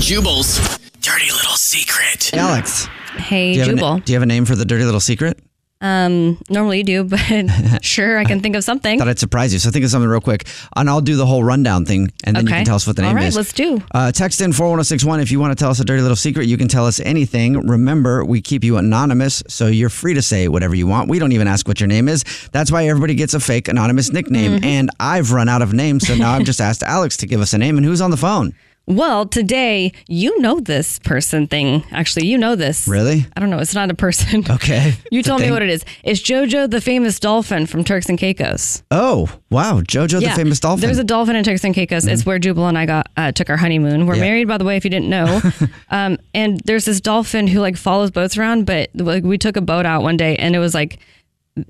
Jubal's dirty little secret. Alex. Hey, do you have a na- Jubal. do you have a name for the dirty little secret? Um, normally you do, but sure, I can think of something. Thought I'd surprise you. So think of something real quick, and I'll do the whole rundown thing, and then you Okay. can tell us what the name All right, is. let's do. Uh, text in 41061 if you want to tell us a dirty little secret. You can tell us anything. Remember, we keep you anonymous, so you're free to say whatever you want. We don't even ask what your name is. That's why everybody gets a fake anonymous nickname. Mm-hmm. And I've run out of names, so now I've just asked Alex to give us a name. And who's on the phone? Well, today you know this person thing. Actually, you know this. Really? I don't know. It's not a person. Okay. You It's a told me thing. what it is. It's JoJo the famous dolphin from Turks and Caicos. Oh, wow. JoJo, the famous dolphin. Mm-hmm. There's a dolphin in Turks and Caicos. It's where Jubal and I got uh, took our honeymoon. We're Yeah. married, by the way, if you didn't know. um, and there's this dolphin who like follows boats around. But like we took a boat out one day, and it was like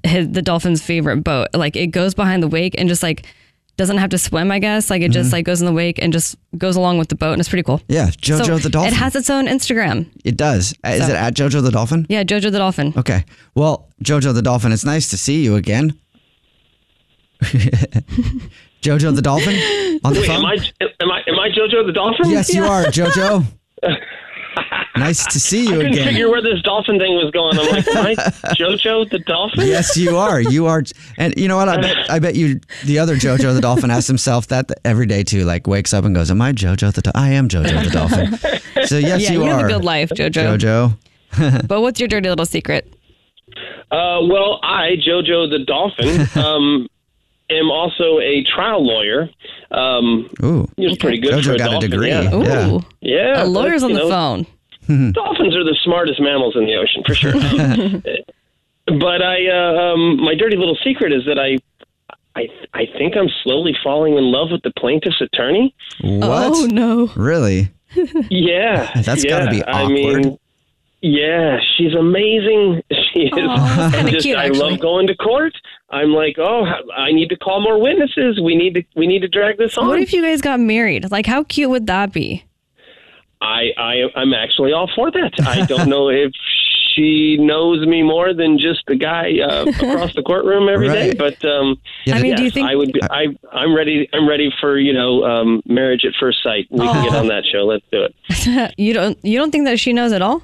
his, the dolphin's favorite boat. Like it goes behind the wake and just like doesn't have to swim. I guess like it Mm-hmm. just like goes in the wake and just goes along with the boat, and it's pretty cool. yeah, JoJo So the dolphin. It has its own Instagram. It does. Uh, Is So- it at JoJo the dolphin? Yeah, JoJo the dolphin. Okay. Well, JoJo the dolphin, it's nice to see you again. JoJo the dolphin on the Wait, phone. am I am I am I JoJo the dolphin? yes, you are, JoJo. nice to see I you couldn't again. figure where this dolphin thing was going. I'm like, am I JoJo the dolphin? Yes, you are. You are, and you know what? I bet, I bet you the other JoJo the dolphin asks himself that every day too. Like wakes up and goes, "Am I JoJo the? Do- I am JoJo the dolphin." So yes, yeah, you, you, are. have a good life, JoJo. JoJo. But what's your dirty little secret? Uh, well, I JoJo the dolphin um, am also a trial lawyer. Um, Ooh, he was pretty good JoJo for a got a dolphin, degree. Oh. Yeah, Ooh, Yeah. yeah a but, lawyer's on you the know, phone. Dolphins are the smartest mammals in the ocean for sure. Um, but I, uh, um, my dirty little secret is that I. I, I think I'm slowly falling in love with the plaintiff's attorney. what? Oh no. Really? Yeah, That's yeah. gotta be I mean, awkward. yeah, she's amazing. She is. Aw, that's And kinda just, cute, I actually. love going to court. I'm like, oh, I need to call more witnesses. We need to we need to drag this on. What if you guys got married? Like, how cute would that be? I, I I'm actually all for that. I don't know if she knows me more than just the guy uh, across the courtroom every day, Right. but um, Yeah, I the- mean, yes, do you think? I would. Be, I I'm ready. I'm ready for you know um, marriage at first sight. We can get on that show. Let's do it. you don't. You don't think that she knows at all?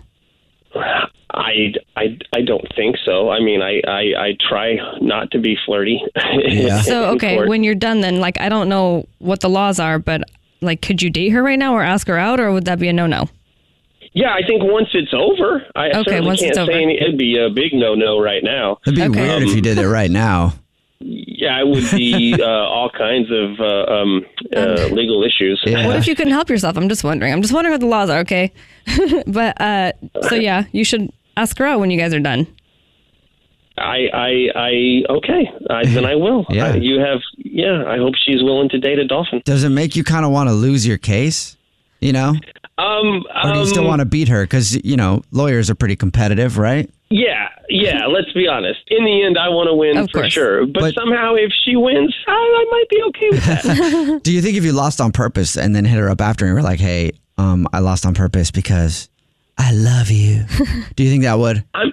I, I, I don't think so. I mean, I, I, I try not to be flirty. Yeah. So okay, when you're done, then like, I don't know what the laws are, but like, could you date her right now or ask her out, or would that be a no-no? yeah, I think once it's over, I Okay, certainly once can't it's say over. any. It'd be a big no-no right now. It'd be Okay. weird if you did it right now. Yeah, it would be uh, all kinds of uh, um, uh, legal issues. Yeah. What if you couldn't help yourself? I'm just wondering. I'm just wondering what the laws are. Okay, but uh, so yeah, you should ask her out when you guys are done. I, I, I, okay, I, then I will. Yeah. I, you have, yeah. I hope she's willing to date a dolphin. Does it make you kind of want to lose your case? You know, Um, or do you still um, want to beat her? Because you know, lawyers are pretty competitive, right? Yeah, yeah. Let's be honest. In the end, I want to win Of for course. sure. But, But- somehow, if she wins, I, I might be okay with that. Do you think if you lost on purpose and then hit her up after and were like, "Hey, um, I lost on purpose because I love you," do you think that would I'm-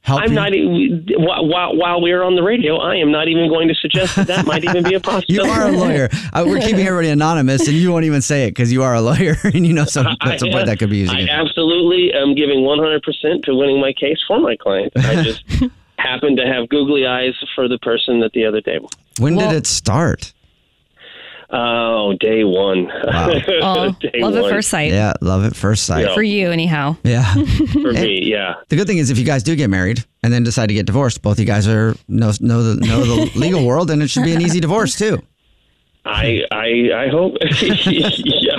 help? I'm you? not. e- While while- while we are on the radio, I am not even going to suggest that that might even be a You possibility. are a lawyer. Uh, we're keeping everybody anonymous, and you won't even say it because you are a lawyer and you know some, at some point that could be used I against you. absolutely am giving 100% to winning my case for my client. I just happen to have googly eyes for the person at the other table. When Well- did it start? Oh, day one. Oh, day love at one first sight Yeah, love at first sight. for you, anyhow. Yeah. for me. Yeah. The good thing is, if you guys do get married and then decide to get divorced, both you guys are know know the know the legal world, and it should be an easy divorce too. I I I hope. yeah.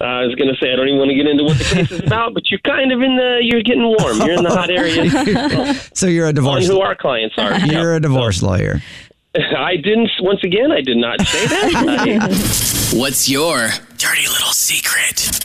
I was gonna say I don't even want to get into what the case is about, but you're kind of in the you're getting warm. You're in the hot area so you're a on divorce. who our clients are. Yeah. You're a divorce lawyer. I didn't. Once again, I did not say that. I- What's your dirty little secret?